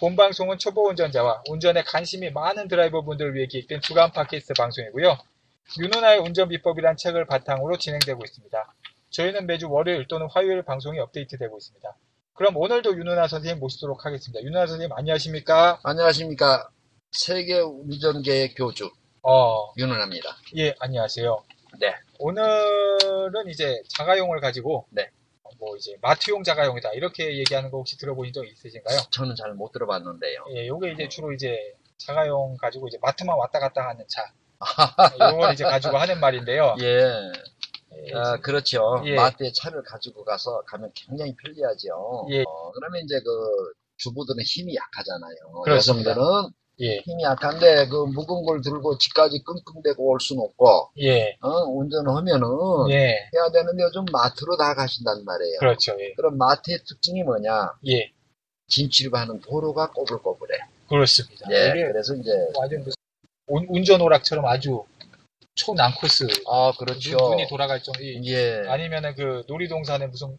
본 방송은 초보 운전자와 운전에 관심이 많은 드라이버분들을 위해 기획된 주간 팟캐스트 방송이고요. 윤은하의 운전 비법이란 책을 바탕으로 진행되고 있습니다. 저희는 매주 월요일 또는 화요일 방송이 업데이트되고 있습니다. 그럼 오늘도 윤은하 선생님 모시도록 하겠습니다. 윤은하 선생님 안녕하십니까? 안녕하십니까. 세계 운전계의 교주 어, 윤은합니다. 예, 안녕하세요. 네. 오늘은 이제 자가용을 가지고 네. 어, 뭐 이제 마트용 자가용이다 이렇게 얘기하는 거 혹시 들어보신 적 있으신가요? 저는 잘 못 들어봤는데요. 예, 요게 이제 주로 이제 자가용 가지고 이제 마트만 왔다 갔다 하는 차. 요걸 이제 가지고 하는 말인데요. 예, 예, 아, 그렇죠. 예. 마트에 차를 가지고 가서 가면 굉장히 편리하죠. 예. 어, 그러면 이제 그 주부들은 힘이 약하잖아요. 그렇습니다. 여성들은 예, 힘이 약한데 그 무거운 걸 들고 집까지 끙끙대고 올 수는 없고 예, 어, 운전하면은 예, 해야 되는데 요즘 마트로 다 가신단 말이에요. 그렇죠. 예, 그럼 마트의 특징이 뭐냐? 예, 진출하는 도로가 꼬불꼬불해. 그렇습니다. 예, 이게 그래서 이제 완전 무슨 운- 운전 오락처럼 아주 초난 코스. 아, 그렇죠. 눈- 눈이 돌아갈 정도. 이- 예. 아니면은 그 놀이동산에 무슨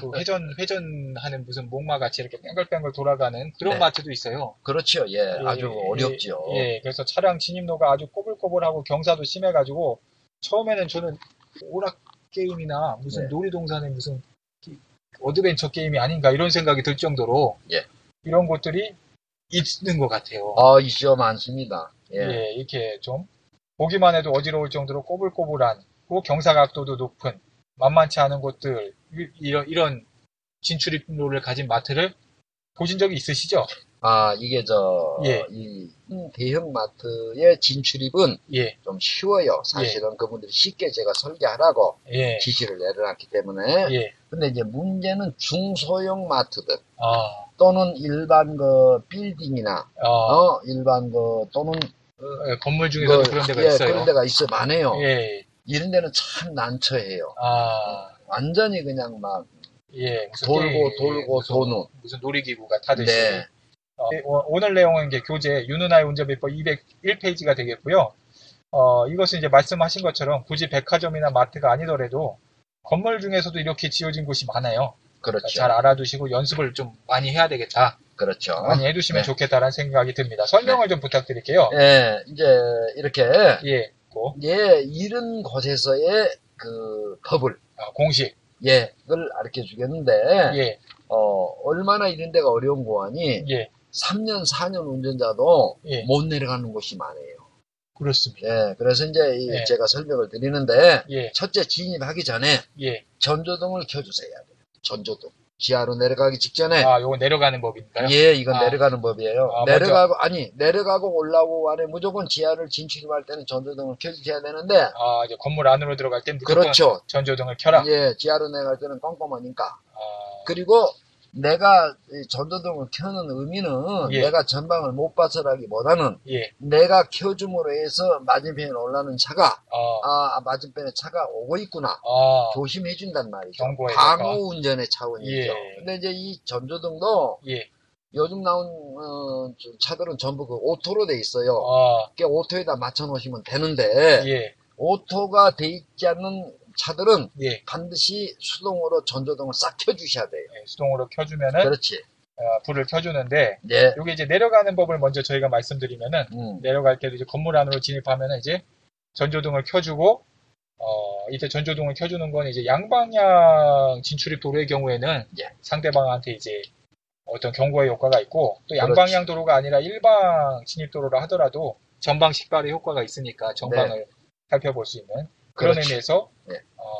그 회전 회전하는 무슨 목마 같이 이렇게 뺑글뺑글 돌아가는 그런 네. 마트도 있어요. 그렇죠. 예. 아주 예, 어렵죠. 예, 예. 그래서 차량 진입로가 아주 꼬불꼬불하고 경사도 심해가지고 처음에는 저는 오락 게임이나 무슨 네. 놀이동산의 무슨 어드벤처 게임이 아닌가 이런 생각이 들 정도로 예. 이런 곳들이 있는 것 같아요. 아, 이슈가 많습니다. 예. 예, 이렇게 좀 보기만 해도 어지러울 정도로 꼬불꼬불한 고 경사각도도 높은 만만치 않은 곳들 이- 이런 이런 진출입로를 가진 마트를 보신 적이 있으시죠? 아, 이게 저, 예. 이 음, 대형마트의 진출입은 예, 좀 쉬워요. 사실은 그분들이 쉽게 제가 설계하라고 예, 지시를 내려놨기 때문에. 예, 근데 이제 문제는 중소형 마트들 아, 또는 일반 그 빌딩이나, 아, 어, 일반 그 또는 예, 건물 중에서도 그- 그런 데가 예, 있어요. 그런 데가 있어 많아요. 예, 이런 데는 참 난처해요. 아, 완전히 그냥 막 예, 무슨 돌고 게임, 돌고 무슨, 도는. 무슨 놀이기구가 타듯이. 네. 어, 네, 오- 오늘 내용은 이제 교재 윤은하의 운전비법 201페이지가 되겠고요. 어, 이것은 이제 말씀하신 것처럼 굳이 백화점이나 마트가 아니더라도 건물 중에서도 이렇게 지어진 곳이 많아요. 그러니까 그렇죠. 잘 알아두시고 연습을 좀 많이 해야 되겠다. 그렇죠. 많이 해두시면 네. 좋겠다라는 생각이 듭니다. 설명을 좀 부탁드릴게요. 예, 이제 이렇게 예, 고, 예 이런 곳에서의 그 법을 어, 공식, 예 그걸 가르쳐 주겠는데 예, 어 얼마나 이런 데가 어려운 거하니 예, 3년 4년 운전자도 예. 못 내려가는 곳이 많아요. 그렇습니다. 예, 그래서 이제 이 네. 제가 설명을 드리는데 예, 첫째 진입하기 전에 예. 전조등을 켜주세요. 전조등 지하로 내려가기 직전에 아, 요거 내려가는 법인가요? 네. 예, 이건 아. 내려가는 법이에요. 아, 내려가고, 아니, 내려가고 올라오고 안에 무조건 지하를 진출할 때는 전조등을 켜주셔야 되는데, 아, 이제 건물 안으로 들어갈 땐 무조건 그렇죠. 전조등을 켜라. 예, 지하로 내려갈 때는 깜깜하니까. 아, 그리고 내가 이 전조등을 켜는 의미는 예. 내가 전방을 못 봐서라기보다는 예, 내가 켜줌으로 해서 맞은편에 올라오는 차가, 아, 아, 아, 맞은편에 차가 오고 있구나. 아, 그 조심해준단 말이죠. 경고해 줘서. 방어 운전의 차원이죠. 예. 근데 이제 이 전조등도 예, 요즘 나온 어, 저 차들은 전부 그 오토로 돼 있어요. 아, 이게 오토에다 맞춰 놓으시면 되는데 예, 오토가 돼 있지 않는 차들은 예. 반드시 수동으로 전조등을 싹 켜주셔야 돼요. 예, 수동으로 켜주면은 그렇지. 어, 불을 켜주는데 네. 요게 이제 내려가는 법을 먼저 저희가 말씀드리면은 음. 내려갈 때도 이제 건물 안으로 진입하면은 이제 전조등을 켜주고 어 이때 전조등을 켜주는 건 이제 양방향 진출입 도로의 경우에는 예. 상대방한테 이제 어떤 경고의 효과가 있고 또 그렇지. 양방향 도로가 아니라 일방 진입 도로라 하더라도 전방 식발의 효과가 있으니까 전방을 살펴볼 수 있는 그런 네. 그렇지. 의미에서 네. 어,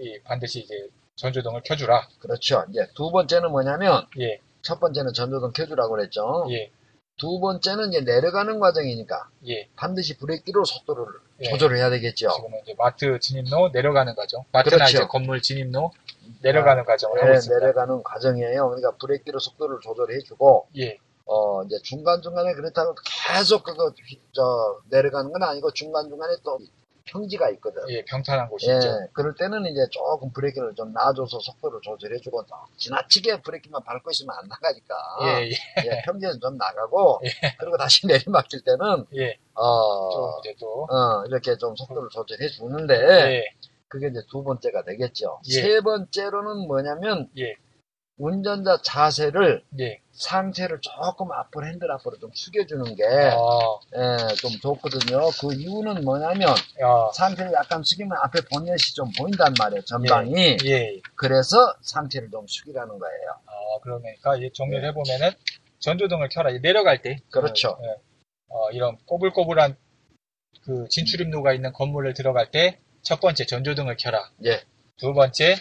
이 반드시 이제 전조등을 켜주라. 그렇죠. 이제 두 번째는 뭐냐면 예, 첫 번째는 전조등 켜주라고 그랬죠. 예, 두 번째는 이제 내려가는 과정이니까 예. 반드시 브레이크로 속도를 예. 조절해야 되겠죠. 지금은 이제 마트 진입로 내려가는 과정. 마트나 그렇죠. 이제 건물 진입로 내려가는 과정을 하고 네, 있습니다. 내려가는 과정이에요. 그러니까 브레이크로 속도를 조절해주고 예, 어 이제 중간 중간에 그렇다고 계속 그거 휘- 저 내려가는 건 아니고 중간 중간에 또 평지가 있거든. 예, 평탄한 곳이 예, 있죠. 그럴 때는 이제 조금 브레이크를 좀 놔줘서 속도를 조절해주고 너무 지나치게 브레이크만 밟고 있으면 안 나가니까 예, 예, 평지는 좀 나가고 그리고 다시 내리막길 때는 예, 예. 좀 어, 이제 또. 어, 이렇게 좀 속도를 조절해 주는데 예, 그게 이제 두 번째가 되겠죠. 예. 세 번째로는 뭐냐면 예. 운전자 자세를 예. 상체를 조금 앞으로 핸들 앞으로 좀 숙여주는 게 어, 예, 좀 좋거든요. 그 이유는 뭐냐면 어, 상체를 약간 숙이면 앞에 본넷이 좀 보인단 말이에요. 전방이 예. 그래서 상체를 좀 숙이라는 거예요. 어, 그러니까 이제 정리를 해보면은 전조등을 켜라. 이제 내려갈 때. 그렇죠. 어, 예. 어, 이런 꼬불꼬불한 그 진출입로가 있는 건물을 들어갈 때 첫 번째 전조등을 켜라. 예. 두 번째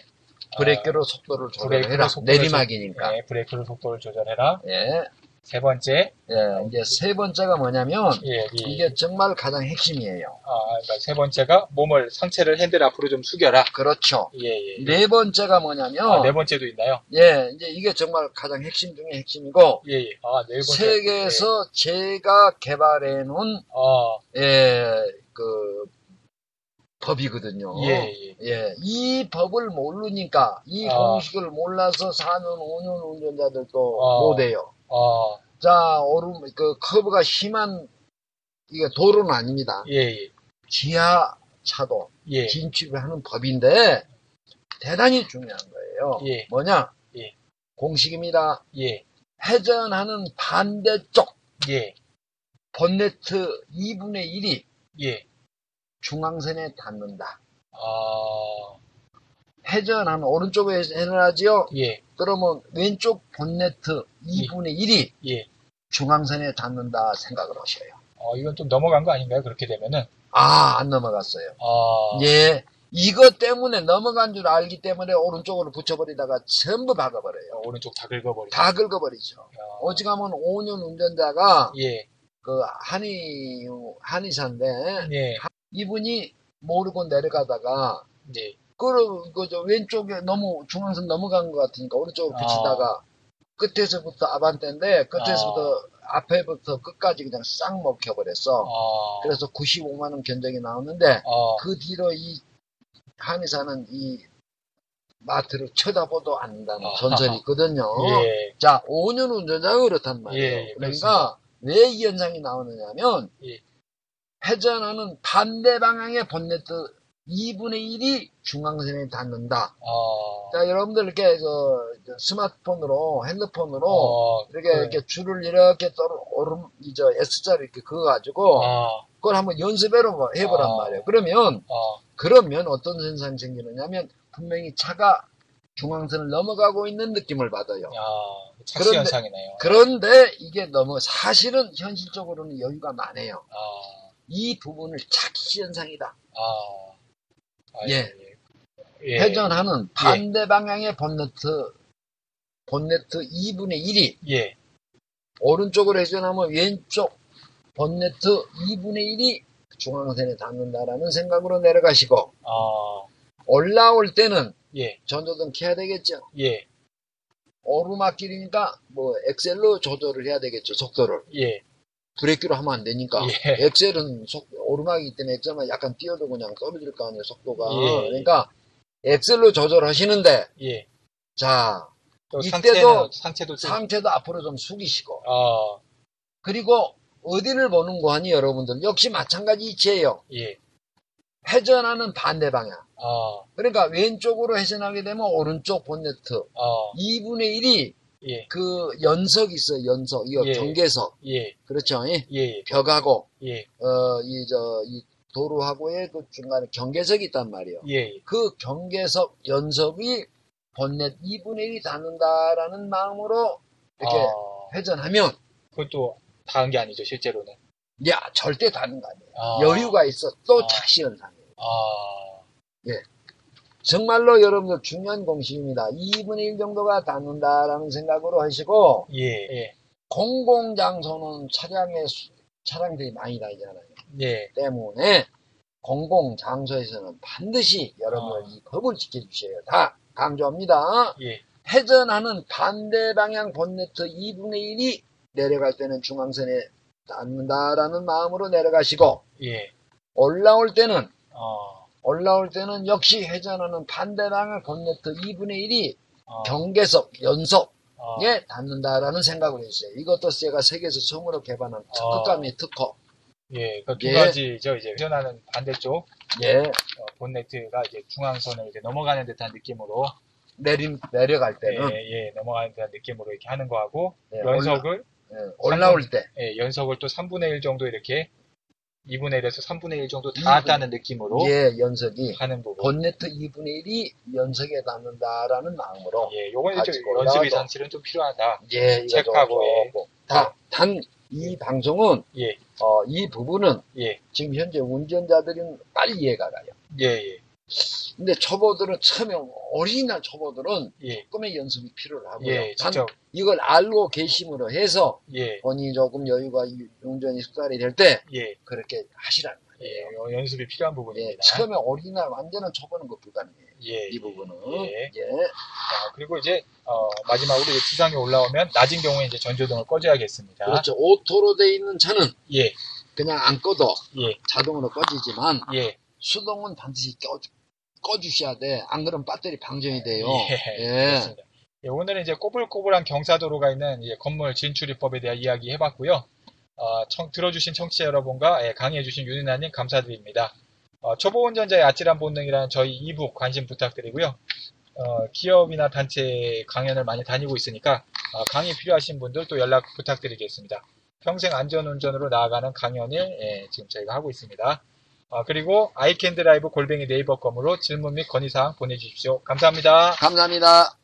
브레이크로 속도를 예, 조절해라. 브레이크로 속도를 내리막이니까. 예, 브레이크로 속도를 조절해라. 예. 세 번째 예, 이제 세 번째가 뭐냐면 예, 이- 이게 정말 가장 핵심이에요. 아, 그러니까 세 번째가 몸을 상체를 핸들 앞으로 좀 숙여라. 그렇죠. 예, 예. 네 번째가 뭐냐면 아, 네 번째도 있나요? 예, 이제 이게 정말 가장 핵심 중에 핵심이고 예, 예. 아, 네 번째. 세계에서 제가 개발해 놓은 예. 아, 예, 그 법이거든요. 예, 예. 예, 이 법을 모르니까 이 아. 공식을 몰라서 사는 5년 운전자들도 아. 못해요. 어? 아, 자, 오름 그 커브가 심한 이게 도로는 아닙니다. 예, 예. 지하차도 예. 진출하는 법인데 대단히 중요한 거예요. 예. 뭐냐? 예. 공식입니다. 예, 회전하는 반대쪽 예, 본네트 2분의 1이 예. 중앙선에 닿는다. 아, 회전하는 오른쪽에 회전하지요. 예, 그러면 왼쪽 본네트 2분의 1이 예. 중앙선에 닿는다 생각을 하셔요. 어, 이건 좀 넘어간 거 아닌가요? 그렇게 되면은. 아, 안 넘어갔어요. 아, 예. 이것 때문에 넘어간 줄 알기 때문에 오른쪽으로 붙여버리다가 전부 박아버려요. 오른쪽 다 긁어버리죠. 다 긁어버리죠. 아, 오지가면 5년 운전자가 예, 그 한의 한의사인데 예, 이분이 모르고 내려가다가 예. 그러 그저 왼쪽에 너무 중앙선 넘어간 것 같으니까 오른쪽으로 아. 붙이다가 끝에서부터 아반떼인데 끝에서부터 앞에부터 끝까지 그냥 싹 먹혀버렸어. 아, 그래서 95만 원 견적이 나오는데 아, 그 뒤로 이 한의사는 이 마트를 쳐다보도 않는다는 아. 전설이 있거든요. 예, 자, 5년 운전자가 그렇단 예, 말이에요. 예, 그러니까 왜 이 현상이 나오느냐면 예. 회전하는 반대 방향의 본네트 2분의 1이 중앙선에 닿는다. 아, 자, 여러분들 이렇게 그 스마트폰으로 핸드폰으로 어, 이렇게 이렇게 줄을 이렇게 떠 오름 이저 S자를 이렇게 그어 가지고 아, 그걸 한번 연습해로 해보란 아. 말이에요. 그러면 아, 그러면 어떤 현상이 생기느냐면 분명히 차가 중앙선을 넘어가고 있는 느낌을 받아요. 아, 착시 그런데- 현상이네요. 그런데 이게 너무 사실은 현실적으로는 여유가 많아요. 아, 이 부분을 착시 현상이다. 아, 아, 예. 예, 예. 회전하는 반대 방향의 본네트 본네트 2분의 1이 예, 오른쪽으로 회전하면 왼쪽 본네트 2분의 1이 중앙선에 닿는다라는 생각으로 내려가시고 아, 올라올 때는 예, 전조등 켜야 되겠죠. 예, 오르막길이니까 뭐 엑셀로 조절을 해야 되겠죠 속도를 예, 브레이크로 하면 안 되니까 예. 엑셀은 속 오르막이기 때문에 엑셀만 약간 뛰어도 그냥 떨어질 거 아니에요 속도가 예. 그러니까 엑셀로 조절하시는데 예. 자 또 이때도 상체는, 상체도 좀, 상태도 앞으로 좀 숙이시고 아, 그리고 어디를 보는 거 하니 여러분들 역시 마찬가지 이치예요 예, 회전하는 반대 방향 아, 그러니까 왼쪽으로 회전하게 되면 오른쪽 본네트 아, 2분의 1이 예, 그 연석 있어요 연석 이거 예. 경계석 예, 그렇죠 이? 예, 벽하고 예, 어, 이, 저, 이 도로하고의 그 중간에 경계석이 있단 말이에요. 예, 그 경계석 연석이 본넷 2분의 1이 닿는다라는 마음으로 이렇게 아, 회전하면 그것도 다한 게 아니죠, 실제로는. 야 절대 닿는 거 아니에요. 아, 여유가 있어 또 아. 착시 현상이에요. 아, 예. 정말로 여러분들 중요한 공식입니다. 2분의 1 정도가 닿는다라는 생각으로 하시고 예, 예, 공공장소는 차량의 수- 차량들이 많이 다니잖아요. 예. 때문에 공공장소에서는 반드시 여러분들 아. 이 법을 지켜주셔야 다 강조합니다. 예. 회전하는 반대 방향 본네트 2분의 1이 내려갈 때는 중앙선에 닿는다라는 마음으로 내려가시고 예. 올라올 때는 어, 올라올 때는 역시 회전하는 반대 방향 본네트 2분의 1이 어, 경계석 연속 어, 예, 닿는다라는 생각을 해주세요. 이것도 제가 세계에서 처음으로 개발한 아. 특허감의 특허. 예. 그 두 예. 가지죠. 이제 회전하는 반대쪽 예, 어, 본네트가 이제 중앙선을 이제 넘어가는 듯한 느낌으로 내림, 내려갈 예, 때는. 예, 넘어가는 듯한 느낌으로 이렇게 하는 거하고 예, 연속을 올라, 예, 올라올 때. 예, 연속을 또 3분의 1 정도 이렇게 2분의 1에서 3분의 1 정도 닿았다는 느낌으로 예, 연석이. 하는 부분. 본네트 2분의 1이 연석에 닿는다라는 마음으로. 예, 요건 이제 좀 가지고 연습이 올라가죠. 사실은 좀 필요하다. 예, 이거 체크하고, 어. 좀 좋고. 다, 단, 이 방송은, 예, 어, 이 부분은 예, 지금 현재 운전자들은 빨리 이해가 가요. 예, 예, 근데 초보들은 처음에, 어린이날 초보들은 예, 꿈의 연습이 필요하고요. 예, 단, 직접 이걸 알고 계심으로 해서 예, 본인이 조금 여유가 이- 운전이 숙달이 될 때 예, 그렇게 하시라는 거예요. 예, 요 연습이 필요한 예, 부분입니다. 처음에 어린이날 완전한 초보는 거 불가능해요. 예, 이 부분은. 예. 예. 자, 그리고 이제 어, 마지막으로 이제 지상에 올라오면 낮은 경우에 이제 전조등을 꺼줘야겠습니다. 그렇죠. 오토로 돼 있는 차는 예, 그냥 안 꺼도 예, 자동으로 꺼지지만 예, 수동은 반드시 꺼, 꺼주셔야 돼. 안 그러면 배터리 방전이 돼요. 예, 예. 그렇습니다. 예, 오늘은 이제 꼬불꼬불한 경사도로가 있는 이제 건물 진출입법에 대한 이야기 해봤고요. 어, 청- 들어주신 청취자 여러분과 예, 강의해주신 윤은아님 감사드립니다. 어, 초보 운전자의 아찔한 본능이라는 저희 이부 관심 부탁드리고요. 어, 기업이나 단체 강연을 많이 다니고 있으니까 어, 강의 필요하신 분들 또 연락 부탁드리겠습니다. 평생 안전운전으로 나아가는 강연을 예, 지금 저희가 하고 있습니다. 어, 그리고 아이캔드라이브 골뱅이 네이버 검으로 질문 및 건의사항 보내주십시오. 감사합니다. 감사합니다.